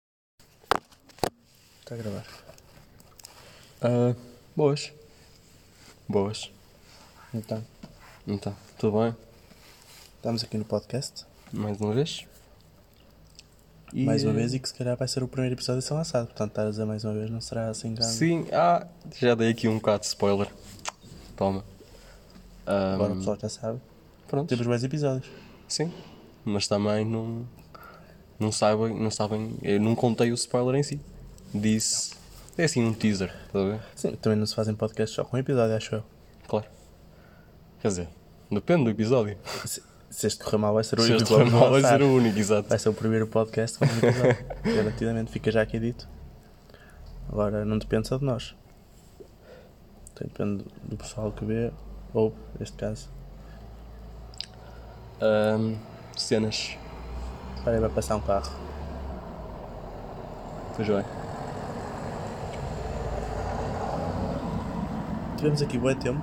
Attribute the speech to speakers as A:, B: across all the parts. A: Está Tá a gravar. Ah, boas.
B: Boas.
A: Então,
B: Então, tudo bem?
A: estamos aqui no podcast.
B: Mais uma vez? E-
A: Mais uma vez, e que se calhar vai ser o primeiro episódio de São Assado. Portanto, estar a dizer mais uma vez não será assim grande.
B: Sim, ah, já dei aqui um bocado de spoiler. Toma. Ahm,
A: Agora o pessoal já sabe.
B: pronto,
A: Temos mais episódios.
B: sim. Mas também não. Não sabem, não sabem. Eu não contei o spoiler em si. Disse. É assim um teaser, estás a ver?
A: Sim, também não se fazem podcasts só com um episódio, acho eu.
B: Claro. Quer dizer, depende do episódio.
A: Se, se este correr mal, vai ser o
B: Se
A: único
B: este
A: que vamos
B: mal vai
A: lançar.
B: ser o único, exato.
A: Vai ser o primeiro podcast com um episódio. Garantidamente fica já aqui dito. Agora não depende só de nós. Depende do pessoal que vê, ou neste caso.
B: Ahm, Ah, cenas.
A: Espera aí, vai passar um carro.
B: Pois bem.
A: Tivemos aqui bom tempo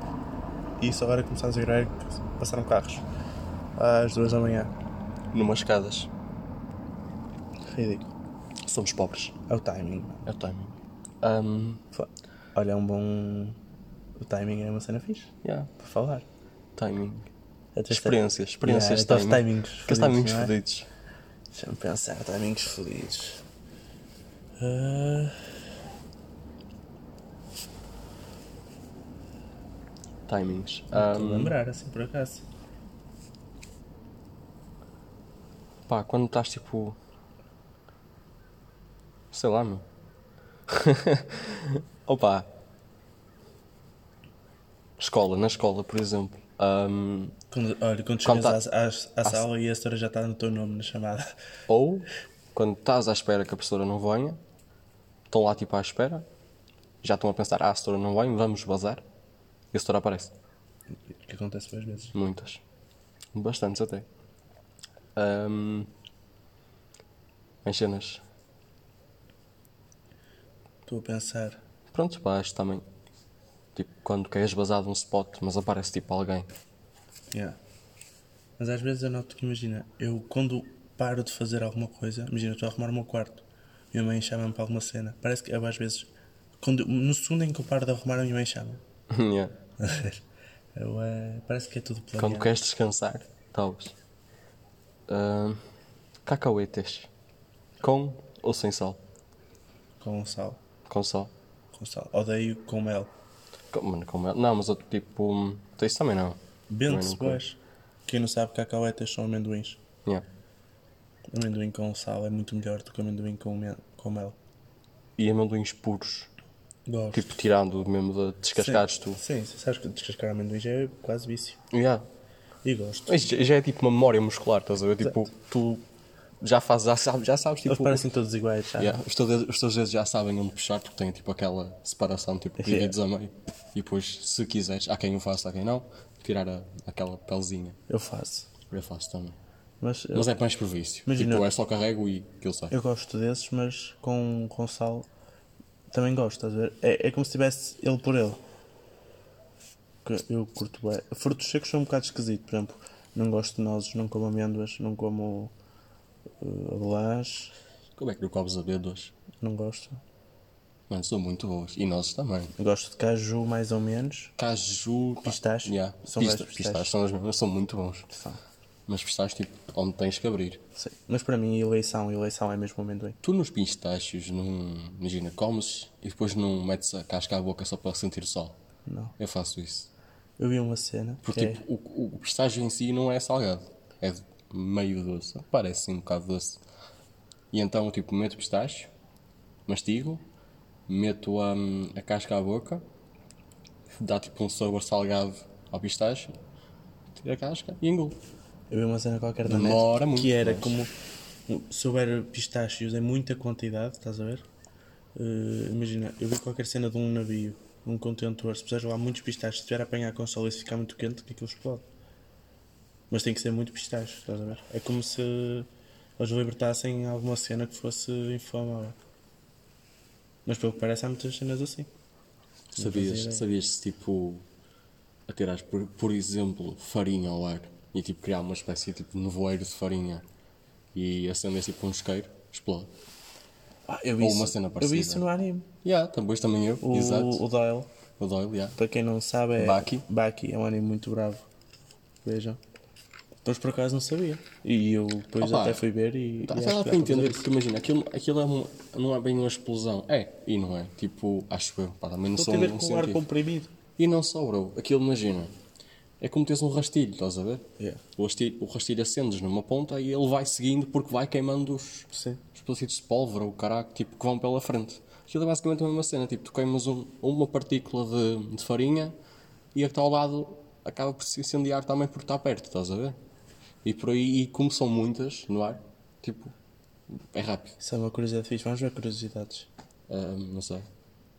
A: e só agora começámos a gravar que passaram carros. Às duas da manhã.
B: Numas casas.
A: Ridículo.
B: Somos pobres.
A: É o timing.
B: É o timing. Ahm,
A: Fo- Olha, é um bom. O timing é uma cena fixe
B: yeah.
A: para falar.
B: Timing.
A: Até
B: Experiências, experiências
A: Yeah,
B: de
A: aqueles
B: timing.
A: timings
B: Aqueles
A: fodidos,
B: timings
A: não é?
B: fodidos.
A: Deixa-me pensar, timings felizes. Ah,
B: Timings. Um,
A: Estou
B: Ahm,
A: a lembrar, assim por acaso.
B: pá, quando estás tipo. Sei lá, meu. Opa. Escola, na escola, por exemplo. Um, Ahm,
A: Quando- olha, quando
B: Quando
A: chegas
B: tá-
A: às- às- à, sala e a senhora já está no teu nome na chamada.
B: ou, quando estás à espera que a professora não venha, estão lá tipo à espera, já estão a pensar, ah, a senhora não vem, vamos bazar. E a senhora aparece.
A: Que acontece várias vezes.
B: Muitas. Bastantes até. Ahm, Em cenas.
A: Estou a pensar.
B: Pronto, pá, acho também. Tipo, quando queres basar de um spot, mas aparece tipo alguém.
A: Yeah. Mas às vezes eu noto que, imagina, eu quando paro de fazer alguma coisa, imagina, estou a arrumar o meu quarto, minha mãe chama-me para alguma cena. Parece que eu às vezes, quando, no segundo em que eu paro de arrumar, a minha mãe chama.
B: Yeah.
A: eu, eh, parece que é tudo planeado.
B: Quando queres descansar, talvez. Ahm, Cacauetes. Com ou sem sal? é?
A: Com sal.
B: Com sal.
A: Com sal. Odeio com mel.
B: Com, mano, com mel. Não, mas outro tipo. hum, Isso também não. Também
A: Bento-se,
B: não curto.
A: pois. Quem não sabe, cacauetas são amendoins.
B: Yeah.
A: Amendoim com sal é muito melhor do que amendoim com, mel- com mel.
B: E amendoins puros.
A: Gosto.
B: Tipo, tirando mesmo de descascados tu.
A: Sim, sim, sabes que descascar amendoim já é quase vício.
B: Yeah.
A: E gosto.
B: Mas já já é tipo uma memória muscular, estás a ver? Tipo, tu já fazes, já sabes, já sabes
A: Eles
B: tipo.
A: parecem todos iguais, sabe?
B: Yeah, os, teus dedos, os teus dedos já sabem onde puxar porque têm tipo aquela separação, tipo,
A: Yeah.
B: divididos a meio. E depois, se quiseres, há quem o faça, há quem não, tirar a- aquela pelezinha.
A: Eu faço.
B: Eu faço também.
A: Mas eu,
B: Mas é mais por vício.
A: Imagina-
B: Tipo, é só carrego e aquilo sai.
A: eu gosto desses, mas com, com sal também gosto, estás a ver? É, é como se tivesse ele por ele. Que Eu curto bem. Frutos secos são um bocado esquisito, por exemplo, não gosto de nozes, não como amêndoas, não como uh, abelãs,
B: Como é que não comes abelhas?
A: não gosto.
B: Mano, são muito boas. E nozes também.
A: Gosto de caju mais ou menos.
B: Caju.
A: Pistache.
B: Yeah.
A: São
B: Pista-
A: boas pistaches.
B: pistaches são as mesmas, são muito bons. Mas pistaches, tipo, onde tens que abrir.
A: Sei. Mas para mim, eleição, eleição é mesmo amendoim.
B: Tu nos pistachos, num, imagina, comes e depois não metes a casca à boca só para sentir o sol.
A: Não.
B: Eu faço isso.
A: Eu vi uma cena que
B: Porque
A: é-
B: tipo, o, o pistágio em si não é salgado. É de- meio doce. Parece sim um bocado doce. E então eu tipo, meto o pistágio, mastigo, meto a, a casca à boca, dá tipo um sabor salgado ao pistágio, tiro a casca e engulo.
A: Eu vi uma cena qualquer da
B: Demora
A: net
B: muito,
A: que era
B: mas-
A: como se houver pistácios em muita quantidade, estás a ver? Eh, imagina, eu vi qualquer cena de um navio, um contentor, se puseres lá muitos pistácios, se tiver a apanhar com sol e se ficar muito quente, que aquilo explode. Mas tem que ser muito pistácio, estás a ver? É como se eles libertassem alguma cena que fosse infamável. Mas pelo que parece, há muitas cenas assim.
B: Sabias,
A: ideia.
B: sabias se tipo atirares por, por exemplo farinha ao ar e tipo criar uma espécie tipo, de nevoeiro de farinha e acendes tipo um isqueiro, explode.
A: Ah, eu vi
B: Ou
A: isso,
B: uma cena
A: Eu vi
B: parecida.
A: isso no anime.
B: Yeah, depois também eu,
A: O,
B: exato.
A: o Doyle,
B: O Doyle, yeah.
A: para quem não sabe, é.
B: Baki.
A: Baki é um anime muito bravo. Vejam. Mas por acaso não sabia. E eu depois
B: Opa.
A: até fui ver e.
B: Tá,
A: e
B: sei
A: acho que dá
B: lá para
A: para
B: entender,
A: fazer
B: porque imagina, aquilo, aquilo é um- não é bem uma explosão. É, e não é. Tipo, acho eu, pá, também não
A: isso.
B: sou
A: Tem a ver
B: um
A: com o ar
B: cientista.
A: comprimido.
B: E não só, bro. Aquilo, imagina, é como teres um rastilho, estás a ver?
A: Yeah.
B: O rastilho, o rastilho acendes numa ponta e ele vai seguindo porque vai queimando os
A: Sim.
B: explosivos de pólvora, o caraca, tipo, que vão pela frente. Aquilo é basicamente a mesma cena, tipo, tu queimas um- uma partícula de, de farinha e a que está ao lado acaba por se incendiar também porque está perto, estás a ver? E por aí, e como são muitas no ar, tipo, é rápido.
A: Isso é uma curiosidade fixe. Vamos ver curiosidades.
B: Ah, não sei.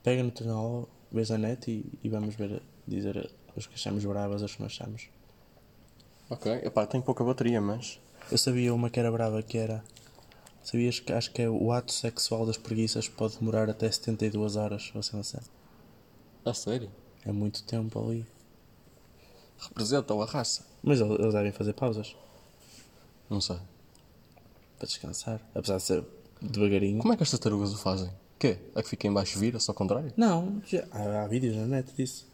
A: Pega no jornal, vês a net e, e vamos ver, dizer os que achamos bravas, os que não achamos.
B: Ok, epá, tem pouca bateria, mas.
A: Eu sabia uma que era brava que era. Sabias que acho que é o ato sexual das preguiças pode demorar até 72 horas, ou seja, assim,
B: A sério?
A: é muito tempo ali.
B: Representam a raça?
A: Mas el- eles devem fazer pausas
B: Não sei.
A: para descansar, apesar de ser devagarinho.
B: Como é que as tartarugas o fazem? Quê? A que fica em baixo vira-se ao contrário?
A: Não, já, há, há vídeos na net disso.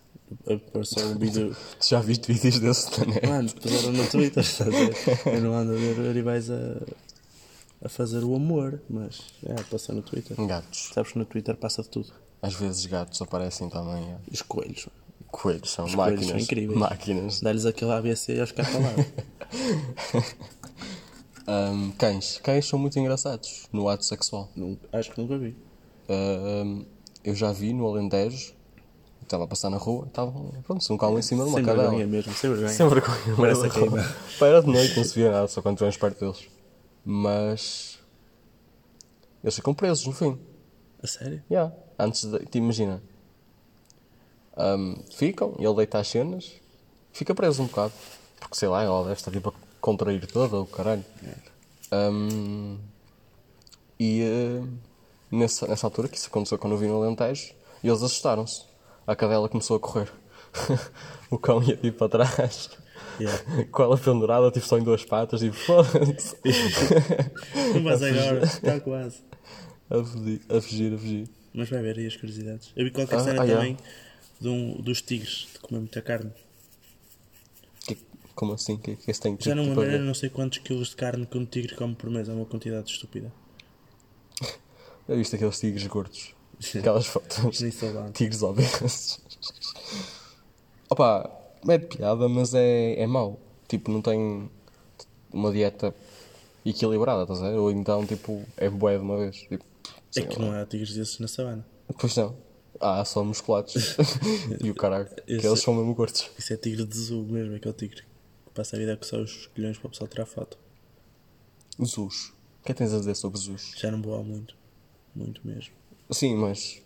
A: Apareceu um vídeo.
B: Tu já viste vídeos desse também?
A: Mano, puseram no Twitter, estás a ver? Eu não ando a ver animais a, a fazer o amor, mas é, passou no Twitter.
B: Gatos.
A: Sabes que no Twitter passa de tudo.
B: Às vezes gatos aparecem também. é.
A: Os coelhos.
B: Coelhos são
A: coelhos
B: máquinas.
A: são incríveis.
B: Máquinas.
A: Dá-lhes aquele ABC e eles ficam calados.
B: Ahm, cães. Cães são muito engraçados no ato sexual.
A: Nun- Acho que nunca vi.
B: Ahm, eu já vi no Alentejo, estava a passar na rua, estava pronto, um cão em cima de uma
A: Sem
B: cadela.
A: vergonha mesmo, sem vergonha.
B: Sem vergonha.
A: Parece a
B: Pá,
A: queima.
B: Pá, era de noite, não se via nada, só quando estivemos perto deles. Mas. Eles ficam presos, no fim.
A: A sério?
B: Yeah. Antes de. Te imagina. Ahm, ficam, ele deita as cenas, fica preso um bocado. Porque sei lá, ela deve estar tipo a contrair toda o caralho. Ahm, e ah, nessa, nessa altura, que isso aconteceu quando eu vi no Alentejo, eles assustaram-se. A cadela começou a correr. o cão ia tipo para trás.
A: Yeah.
B: Com ela pendurada, tipo só em duas patas, tipo, foda-se.
A: Mas agora, está quase.
B: A fugir, a fugir, a fugir.
A: Mas vai ver aí as curiosidades. Eu vi qualquer
B: Ah,
A: cena
B: ah,
A: também de um- dos tigres, de comer muita carne.
B: Que- como assim? Que, que esse tem
A: Já não
B: tipo,
A: me
B: para
A: lembro,
B: ver?
A: era não sei quantos quilos de carne que um tigre come por mês, é uma quantidade estúpida.
B: Eu viste aqueles tigres gordos. Aquelas fotos.
A: Nem sei lá.
B: tigres obesos. Opa, é de piada, mas é, é mau. Tipo, não tem uma dieta equilibrada, estás a ver? Ou então, tipo, é bué de uma vez. Tipo,
A: É
B: sei
A: que
B: lá.
A: não é. há tigres desses na savana.
B: Pois não. Ah, só musculados. e o caralho, que
A: Esse-
B: eles são mesmo gordos.
A: Isso é tigre de zoo mesmo, aquele tigre que passa a vida a coçar os colhões para o pessoal tirar foto.
B: Zeus. O que é que tens a dizer sobre Zeus?
A: Já não vou há muito. Muito mesmo.
B: Sim, mas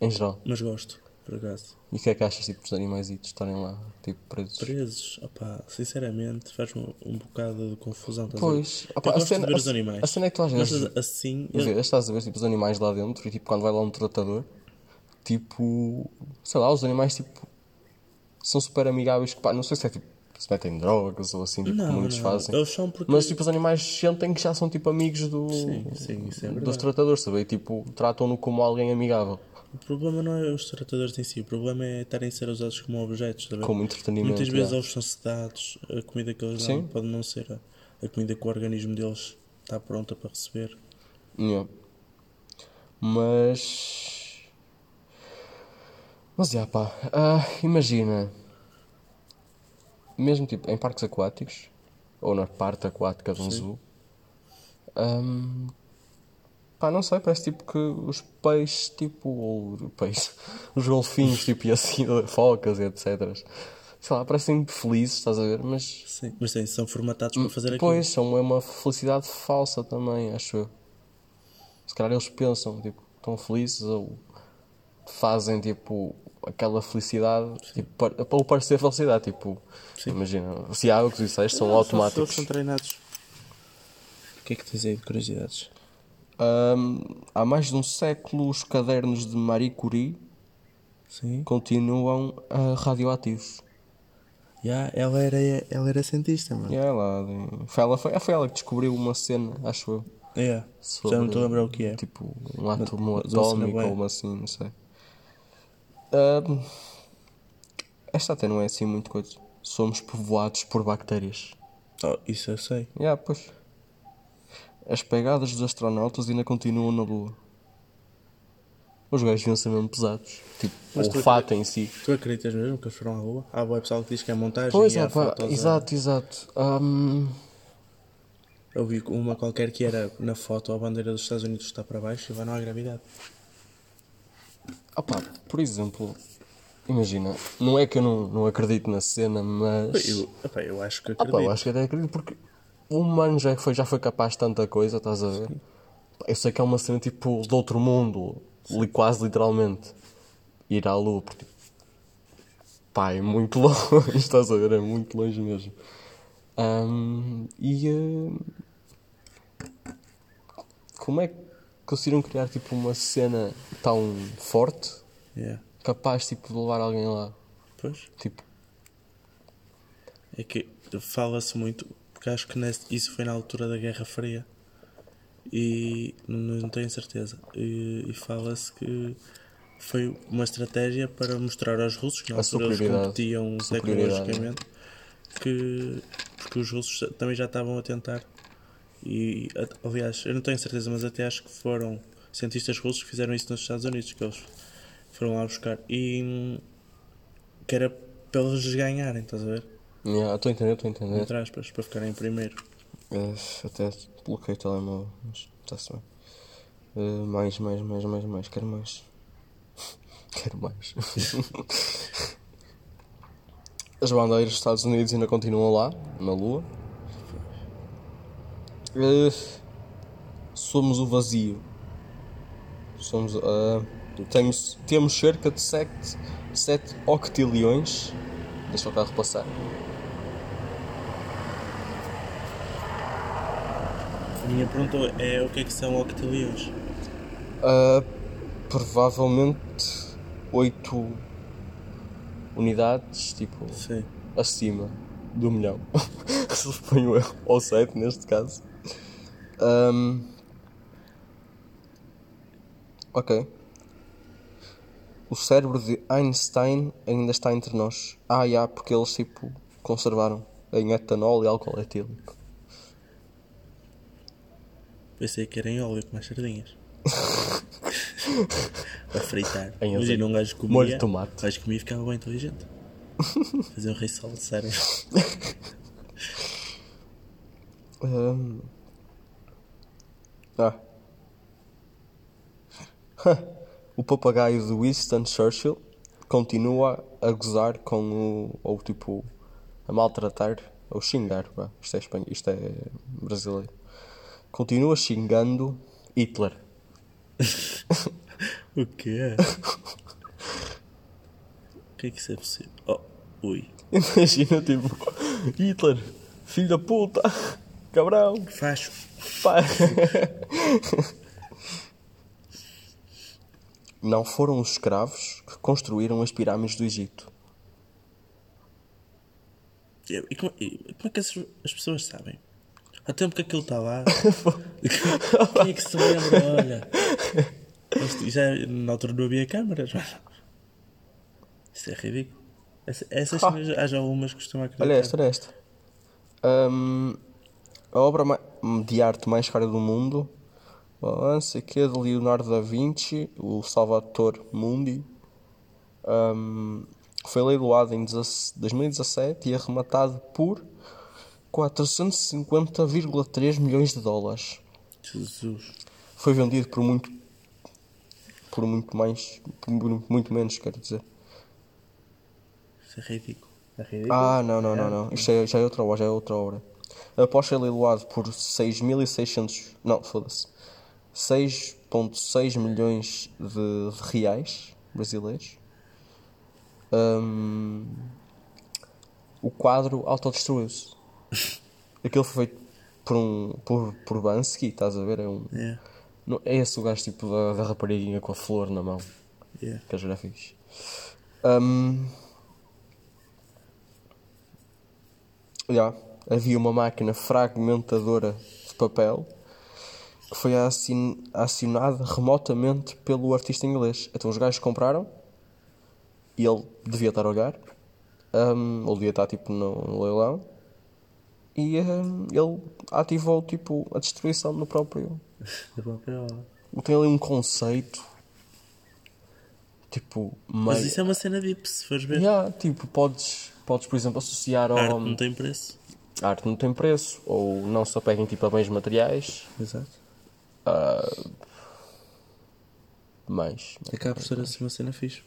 B: em geral.
A: Mas gosto, por acaso.
B: E o que é que achas tipo, dos animais estarem lá, tipo, presos?
A: presos, opá, sinceramente, faz-me um, um bocado de confusão. estás a ver?
B: Pois,
A: Eu
B: opá, a
A: gosto de
B: cena-
A: ver
B: a
A: os
B: ce-
A: animais.
B: a cena é que tu às
A: Mas
B: vezes-
A: assim,
B: Às
A: eu,
B: vezes estás a ver tipo, os animais lá dentro e tipo quando vai lá um tratador, tipo, sei lá, os animais tipo são super amigáveis, que, pá, não sei se é tipo, se metem drogas ou assim, tipo,
A: Não,
B: como muitos
A: não,
B: fazem.
A: eles são porque-
B: Mas tipo os animais sentem que já são tipo amigos do,
A: Sim, sim, isso é
B: dos
A: verdade.
B: tratadores, sabe? E, tipo, tratam-no como alguém amigável,
A: o problema não é os tratadores em si, o problema é estarem a ser usados como objetos. estás a ver?
B: como entretenimento.
A: Muitas vezes
B: já.
A: eles são sedados, a comida que eles dão
B: Sim.
A: pode não ser a, a comida que o organismo deles está pronta para receber.
B: Yeah. Mas. Mas já pá, ah, imagina. Mesmo tipo em parques aquáticos, ou na parte aquática de um zoo, ahm, pá, não sei, parece tipo que os peixes, tipo, ou peixe, os golfinhos, tipo, e assim, focas e etc. Sei lá, parecem felizes, estás a ver, mas.
A: Sim, mas sim, são formatados para fazer aquilo.
B: Pois, são- é uma felicidade falsa também, acho eu. Se calhar eles pensam, tipo, estão felizes ou fazem, tipo, aquela felicidade, tipo, para, para o parecer felicidade, tipo, imagina, se há algo que disseste, são automáticos.
A: São treinados. O que é que tens aí de curiosidades?
B: Ahm, há mais de um século, os cadernos de Marie Curie
A: Sim.
B: continuam ah, radioativos.
A: Yeah, ela,
B: é
A: era, ela era cientista, mano.
B: E ela, foi, ela foi, foi ela que descobriu uma cena, acho eu.
A: Yeah.
B: Sobre,
A: Já não estou a lembrar o que é.
B: Tipo, um
A: mas uma
B: átomo
A: cena
B: atómico
A: é bué.
B: ou uma assim, não sei. Ahm, esta até não é assim muito coisa. Somos povoados por bactérias.
A: Oh, isso eu sei.
B: Já, pois. As pegadas dos astronautas ainda continuam na Lua. Os gajos deviam ser mesmo pesados. Tipo,
A: Mas
B: o
A: tu
B: fato em si.
A: Tu acreditas mesmo que eles foram à lua? Há boa pessoal que diz que é montagem
B: Pois
A: e
B: é,
A: há
B: pá,
A: fotos a-
B: exato, exato. Ahm,
A: Eu vi uma qualquer que era na foto a bandeira dos Estados Unidos está para baixo e vai não há gravidade.
B: opá, por exemplo, imagina, não é que eu não, não acredito na cena, mas.
A: Eu, epá, eu acho que
B: Ah,
A: acredito.
B: pá, eu acho que até acredito, porque o humano já foi, já foi capaz de tanta coisa, estás a ver? Pá, Eu sei que é uma cena tipo do outro mundo, li, quase literalmente. Ir à lua, porque pá, é muito longe, estás a ver? É muito longe mesmo. Ahm, e ah, como é que conseguiram criar tipo uma cena tão forte,
A: Yeah.
B: capaz tipo, de levar alguém lá?
A: Pois.
B: Tipo,
A: É que fala-se muito, porque acho que nesse- isso foi na altura da Guerra Fria. E não, não tenho certeza. E, e fala-se que foi uma estratégia para mostrar aos russos, que na
B: A
A: altura eles
B: superioridade.
A: competiam
B: Superioridade, né?
A: tecnologicamente, que, porque os russos também já estavam a tentar. E, a- aliás, eu não tenho certeza, mas até acho que foram cientistas russos que fizeram isso nos Estados Unidos, que eles foram lá buscar. E hum, que era para eles ganharem, estás a ver?
B: yeah, estou a entender, estou a entender.
A: entre aspas, para ficarem em primeiro.
B: Eh, até bloqueei o telemóvel, mas está-se bem. Eh, mais, mais, mais, mais, mais. Quero mais. Quero mais. As bandeiras dos Estados Unidos ainda continuam lá, na Lua. Eh, somos o vazio. Somos. ah, temos, temos cerca de 7, 7 octilhões. Deixa o carro passar.
A: A minha pergunta é o que é que são octilhões?
B: Ah, provavelmente 8 unidades, tipo,
A: Sim.
B: acima do milhão. Suponho eu, ou 7 neste caso. Ahm, ok. O cérebro de Einstein ainda está entre nós. Ah, já, porque eles, tipo, conservaram em etanol e álcool etílico.
A: Pensei que era em óleo com as sardinhas. a fritar.
B: Em azeite.
A: Imagina um gajo comia.
B: Molho de tomate.
A: Um gajo comia e ficava bem inteligente. Fazer um risol, sério.
B: Ahm. Ah. o papagaio de Winston Churchill continua a gozar com o. ou tipo. a maltratar. ou xingar, vá, isto é, espanhol, isto é brasileiro. Continua xingando Hitler.
A: O quê? O que é que isso é possível? Oh, ui.
B: Imagina, tipo. Hitler, filho da puta, cabrão,
A: Facho.
B: pá. Não foram os escravos que construíram as pirâmides do Egito.
A: E, e como, e como é que essas- as pessoas sabem? Há tempo que aquilo está lá. Quem é que se lembra? Olha. Isto- Já, na altura não havia câmaras. mas- Isso é ridículo. Essa- Essas cenas, há já algumas que costumam acreditar.
B: Olha esta, olha esta. Hum, a obra ma- de arte mais cara do mundo, ah, não sei que, de Leonardo da Vinci, o Salvator Mundi, hum, foi leiloada em 16 2017 e arrematado por 450,3 milhões de dólares.
A: Jesus.
B: Foi vendido por muito, por muito mais, por muito menos, quero dizer.
A: Isso é ridículo. É ridículo?
B: Ah, não, não, não, não. Isto é, já é outra obra, já é outra obra. Após ser leiloado por 6.600... Não, foda-se. 6.6 milhões de, de reais brasileiros. hum, o quadro autodestruiu-se. Aquilo foi feito por um... Por, por Bansky, estás a ver? É, um,
A: Yeah,
B: não- é esse o gajo tipo da, da rapariguinha com a flor na mão.
A: yeah.
B: Que já fiz. Hum.
C: Um,
B: Já, havia uma máquina fragmentadora de papel
C: que foi assin- acionada remotamente pelo artista inglês. Então os gajos compraram e ele devia estar a olhar, hum, ou devia estar tipo no, no leilão, e hum, ele ativou tipo a destruição no próprio.
A: Da própria obra.
C: Tem ali um conceito tipo
A: Mas
C: meio.
A: isso é uma cena deep, se fores ver.
C: Yeah, tipo, podes, podes, por exemplo, associar ao.
A: A arte não tem preço.
C: A arte não tem preço, ou não se apeguem tipo, a bens materiais,
A: Exato.
C: mas.
A: Acaba por ser assim uma cena fixe.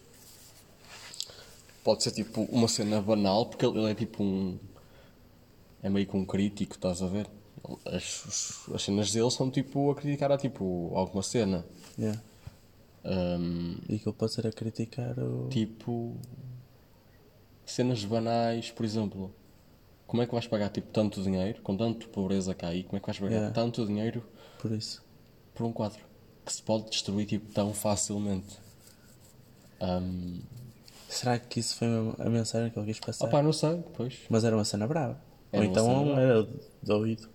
B: Pode ser tipo uma cena banal, porque ele ele é tipo um. É meio que um crítico, estás a ver? Ele- As, os- as cenas dele são tipo a criticar a tipo alguma cena.
A: Yeah.
B: Ahm,
A: E que ele pode ser a criticar o.
B: tipo. Cenas banais, por exemplo. Como é que vais pagar tipo tanto dinheiro, com tanto pobreza cá aí, como é que vais pagar
A: Yeah.
B: tanto dinheiro
A: Por isso.
B: por um quadro que se pode destruir tipo tão facilmente? Ahm,
A: Será que isso foi mesmo a mensagem que ele quis passar?
B: opá, não sei, pois.
A: Mas era uma cena brava.
B: Era
A: Ou
B: uma cena
A: então
B: brava.
A: era do ouvido.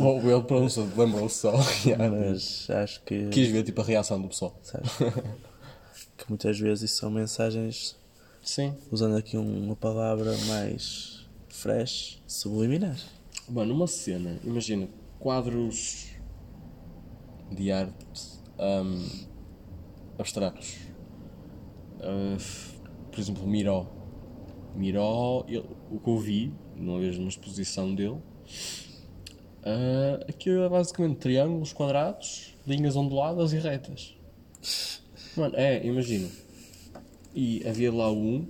B: Ou ele pronunciou, lembrou-se só. yeah.
A: Mas acho que.
B: Quis ver tipo a reação do pessoal.
A: sabes? que muitas vezes isso são mensagens,
B: Sim.
A: usando aqui um- uma palavra mais fresh, subliminares.
B: Mano, uma cena, imagina, quadros de arte hum, abstratos. Uh, f- por exemplo, Miró. Miró, ele- o que eu vi, uma vez numa exposição dele, uh, aquilo é basicamente triângulos, quadrados, linhas onduladas e retas. Mano, é, imagina. E havia lá um,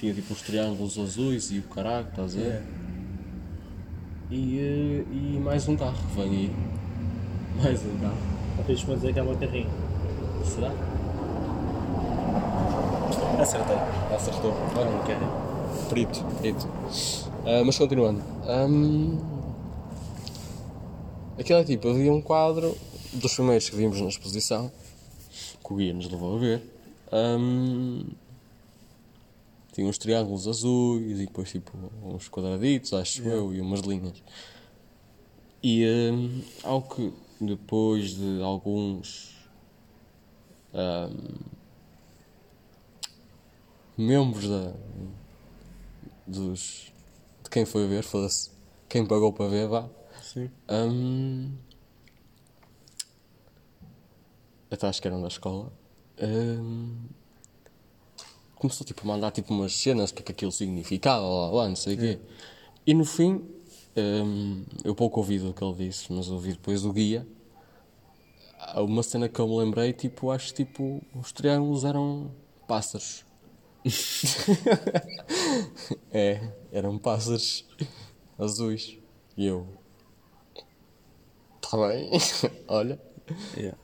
B: tinha tipo os triângulos azuis e o caralho, estás a ver? E, eh, e mais um carro vem aí. Mais um carro.
A: Deixa-me dizer que é uma carrinha.
B: Será?
A: Acertei.
B: Acertou. Olha, um carro. Perito. Perito. Ah, mas continuando. Ahm,
C: Aquilo é tipo, havia um quadro dos primeiros que vimos na exposição,
B: que o guia nos levou a ver. Ahm, tinha uns triângulos azuis e depois tipo uns quadraditos, acho eu, e umas linhas. E ahm, ao que depois de alguns ahm, membros da, dos, de quem foi ver, foda-se, quem pagou para ver, vá.
A: Sim.
B: Hum, até acho que eram da escola. Hum, começou tipo, a mandar tipo, umas cenas, o que é que aquilo significava, lá, lá, não sei o quê. E no fim, hum, eu pouco ouvi do que ele disse, mas ouvi depois o guia. Há Uma cena que eu me lembrei, tipo, acho que tipo, os triângulos eram pássaros. é, eram pássaros azuis. E eu, Tá bem. Olha,
A: Yeah.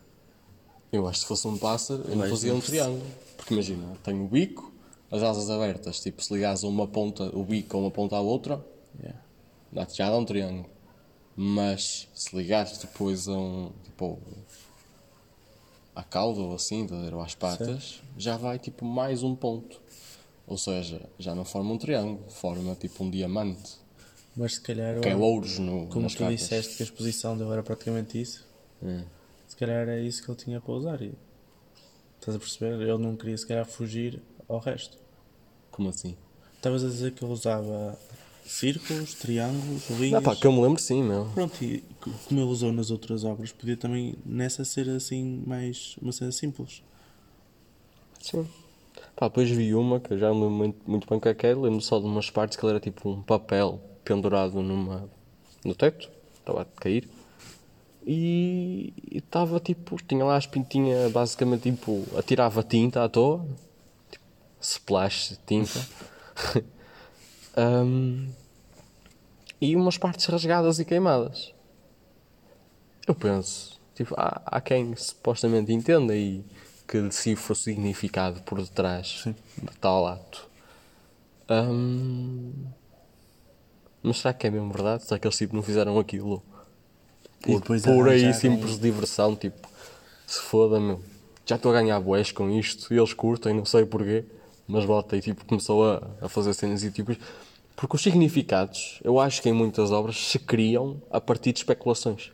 B: eu acho que se fosse um pássaro, eu não
A: Mas
B: fazia um
A: não-
B: triângulo. Porque imagina, tenho o bico, as asas abertas. Tipo, se ligares a uma ponta, o bico a uma ponta à outra,
A: Yeah.
B: dá-te já dá um triângulo. Mas se ligares depois a um. Tipo, à cauda ou assim, estás a ver, ou às patas, já vai tipo mais um ponto. Ou seja, já não forma um triângulo, forma tipo um diamante.
A: Mas se calhar.
B: Que é ouros no,
A: Ah. Como
B: nas É.
A: tu
B: capas.
A: disseste que a exposição dele era praticamente isso, se calhar era isso que ele tinha para usar. E... Estás a perceber? Ele não queria, se calhar, fugir ao resto.
B: Como assim?
A: Estavas a dizer que ele usava círculos, triângulos,
B: Ah
A: linhas.
B: pá, que eu me lembro sim, meu.
A: Pronto, e co- como ele usou nas outras obras, podia também nessa ser assim, mais uma cena simples.
C: sim.
B: Pá, depois vi uma que eu já não lembro muito, muito bem o que é que era, lembro só de umas partes que ele era tipo um papel pendurado numa, no teto, estava a cair, e e estava tipo, tinha lá as pintinhas, basicamente tipo, atirava tinta à toa, tipo, splash, tinta, Ahm, e umas partes rasgadas e queimadas. Eu penso, tipo, há, há quem supostamente entenda e que decifra o significado por detrás de tal ato. Ahm, mas será que é mesmo verdade? Será que eles tipo, não fizeram aquilo
A: E
B: por,
A: depois
B: por aí
A: arranjaram-
B: simples diversão? Tipo, se foda, meu, já estou a ganhar boés com isto e eles curtem, não sei porquê, mas bota e tipo, começou a, a fazer cenas e tipo. Porque os significados, eu acho que em muitas obras se criam a partir de especulações.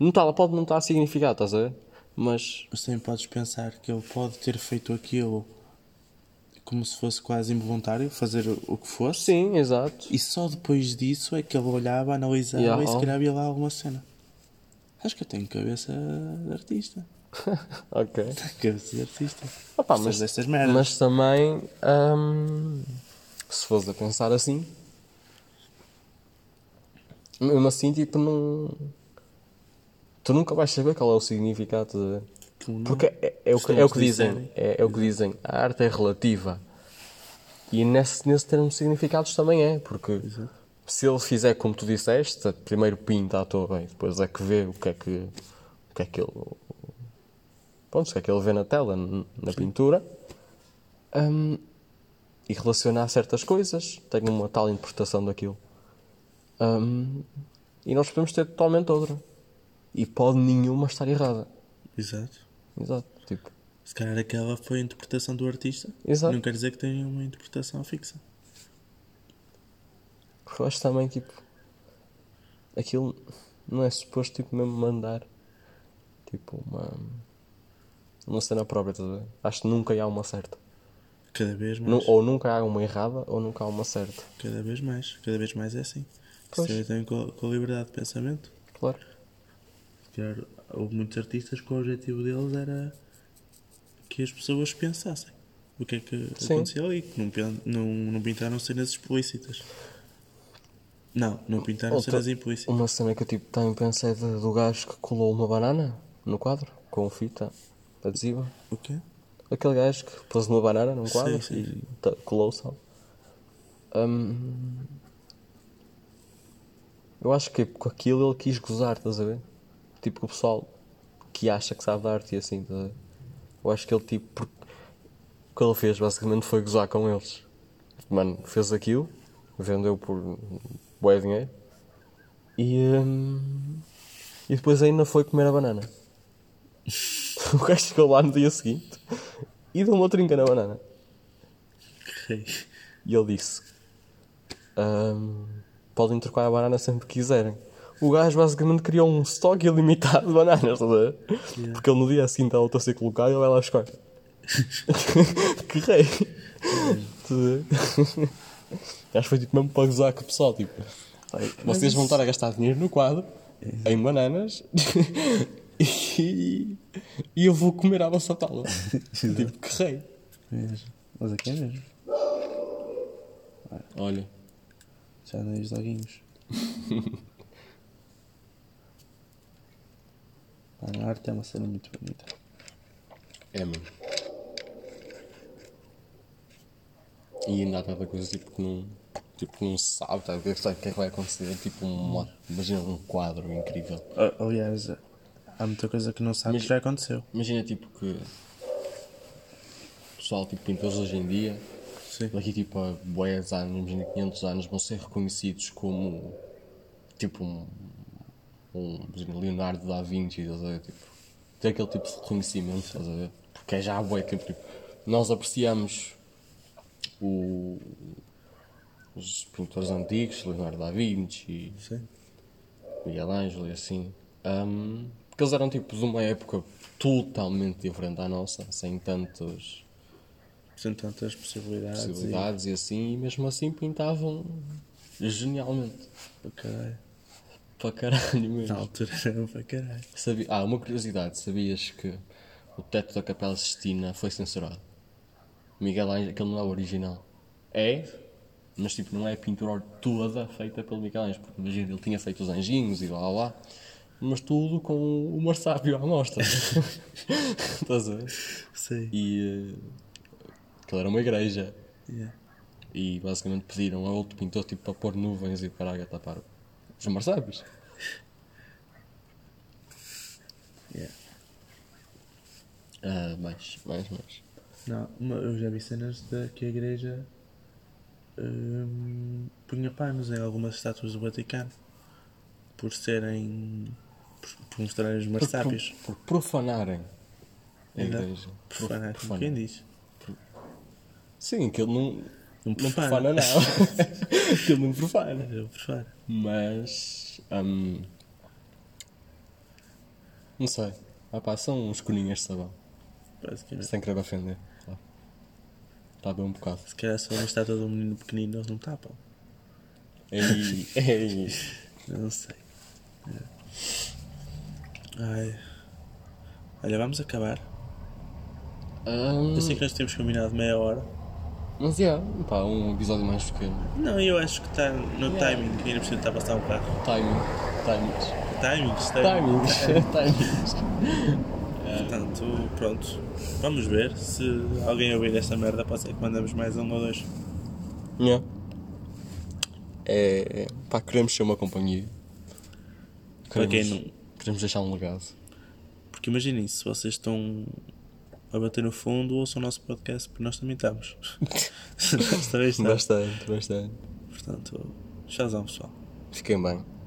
B: Não tá, pode não estar significado, estás a ver? Mas
A: Mas também podes pensar que ele pode ter feito aquilo como se fosse quase involuntário, fazer o- o que fosse.
B: sim, exato.
A: E só depois disso é que ele olhava, analisava
B: Yeah.
A: e se calhar via lá alguma cena. Acho que eu tenho cabeça de artista.
B: Ok.
A: Cabeça de artista.
B: Opa,
A: Mas
B: mas,
A: destas merdas.
B: mas também hum, se fores a pensar assim mesmo assim tipo não tu nunca vais saber qual é o significado estás a ver?
A: Que não-
B: porque é, é o, que,
A: Costuma-se
B: é o que
A: dizer,
B: dizem é, é o que dizem a arte é relativa e nesse, nesse termo de significados também é porque se ele fizer como tu disseste primeiro pinta à toa bem depois é que vê o que é que o que é que ele pronto, o que é que ele vê na tela, n- na pintura, hum, e relacionar certas coisas, tem uma tal interpretação daquilo. Hum, e nós podemos ter totalmente outra. E pode nenhuma estar errada.
A: Exato.
B: Exato. Tipo,
A: Se calhar aquela foi a interpretação do artista.
B: Exato.
A: Não quer dizer que tenha uma interpretação fixa.
B: porque eu acho também, tipo, aquilo não é suposto, tipo, mesmo mandar, tipo, uma, uma cena própria, estás a ver? Acho que nunca há uma certa.
A: Cada vez mais.
B: Nu- ou nunca há uma errada, ou nunca há uma certa.
A: Cada vez mais. Cada vez mais é assim.
B: Pois.
A: Isso tem a ver também com a- com a liberdade de pensamento.
B: Claro.
A: Se calhar houve muitos artistas que o objetivo deles era que as pessoas pensassem o que é que
B: Sim.
A: aconteceu ali, que não, pen- não, não pintaram cenas explícitas. Não, não pintaram
B: Outra-
A: cenas implícitas.
B: Uma cena que eu tipo, também pensei de, do gajo que colou uma banana no quadro, com fita adesiva.
A: O quê?
B: Aquele gajo que pôs uma banana num quadro
A: sim, sim.
B: e ta- colou só. Hum, eu acho que com aquilo ele quis gozar, estás a ver? Tipo, com o pessoal que acha que sabe da arte e assim, estás a ver? Eu acho que ele tipo. por- O que ele fez basicamente foi gozar com eles. Mano, fez aquilo, vendeu por bué dinheiro e. hum, e depois ainda foi comer a banana. o gajo chegou lá no dia seguinte e deu uma trinca na banana.
A: Rei.
B: E ele disse: "Ahm, Podem trocar a banana sempre que quiserem. O gajo basicamente criou um estoque ilimitado de bananas, estás a ver? Porque ele no dia seguinte ela está a ser colocada e ele vai lá buscar. que rei! Estás a ver? Acho que foi tipo mesmo para gozar com o pessoal. Tipo, vocês vão estar a gastar dinheiro no quadro, em bananas, e, e eu vou comer à vossa tala. tipo, que rei!
A: Mesmo. Mas aqui é mesmo.
D: Olha,
A: Já dei os doguinhos. a arte é uma cena muito bonita.
D: é mesmo. E ainda há tanta coisa tipo que não, tipo, que não se sabe, tá? o que é que sabe o que é que vai acontecer? Tipo, um, imagina um quadro incrível.
A: Aliás, há muita coisa que não sabes
D: Mas-
A: que já aconteceu.
D: Imagina tipo que o pessoal tipo pintores hoje em dia,
A: Sim.
D: daqui tipo a boias anos, imagina 500 anos, vão ser reconhecidos como tipo um, um imagina, Leonardo da Vinci, estás a ver? Tipo, ter aquele tipo de reconhecimento, estás a ver? Porque é já há boia tempo, tipo, nós apreciamos o, os pintores antigos, Leonardo da Vinci,
A: Sim.
D: Miguel Ângelo e assim. Ahm, porque eles eram tipo de uma época totalmente diferente à nossa, sem tantas
A: São tantas possibilidades.
D: possibilidades e assim, e mesmo assim pintavam genialmente.
A: E... Pá, caralho.
D: Para caralho
A: Na
D: mesmo.
A: altura era para caralho.
D: Sabi- Ah, uma curiosidade, sabias que o teto da Capela Sistina foi censurado? Miguel Ângelo, aquele não é o original. É, mas tipo, não é a pintura toda feita pelo Miguel Ângelo, porque imagina, ele tinha feito os anjinhos e lá lá, lá, mas tudo com o marsápio à mostra. Estás a ver?
A: Sei.
D: E eh, aquilo era uma igreja.
A: Yeah.
D: E basicamente pediram a outro pintor tipo, para pôr nuvens e o caralho a tapar os marsápios.
A: Yeah.
D: Ah, mais, mais, mais.
A: Não, uma- eu já vi cenas da que a igreja hum, punha panos em algumas estátuas do Vaticano por serem. por, por mostrarem os marsápios.
D: Por, por profanarem a
A: Exato.
D: igreja. Por-
A: Profanar.
D: profanar.
A: Quem diz?
D: Sim, aquilo não,
A: Não É,
D: não
A: profana.
D: profana não. aquilo não profana.
A: Eu profano.
D: Mas. hum,
B: Não sei. Ah pá, são uns coninhas de sabão.
A: Basicamente.
B: Sem querer ofender.
D: Tá.
B: Está bem um bocado.
A: Se calhar só uma estátua de um menino pequenino, eles não tapam.
B: Ei, ei.
A: Eu não sei. É. Ai. Olha, vamos acabar.
B: Ahm,
A: Eu sei que nós temos combinado meia hora.
D: Hum,
B: mas é, pá, um episódio mais pequeno.
A: Não, eu acho que está no timing, que ainda precisa estar a passar um carro.
B: Timing. Timings.
A: Timing, está
B: Timings. Timings.
A: Portanto, pronto. Vamos ver se alguém ouvir esta merda, pode ser que mandamos mais um ou dois.
B: Yeah. É, é, pá, queremos ser uma companhia.
A: Para quem
B: Queremos deixar um legado.
A: Porque imaginem, se vocês estão a bater no fundo, ouçam o nosso podcast, porque nós também estamos. nós também estamos.
B: Bastante, bastante.
A: Portanto, tchauzão, pessoal.
B: Fiquem bem.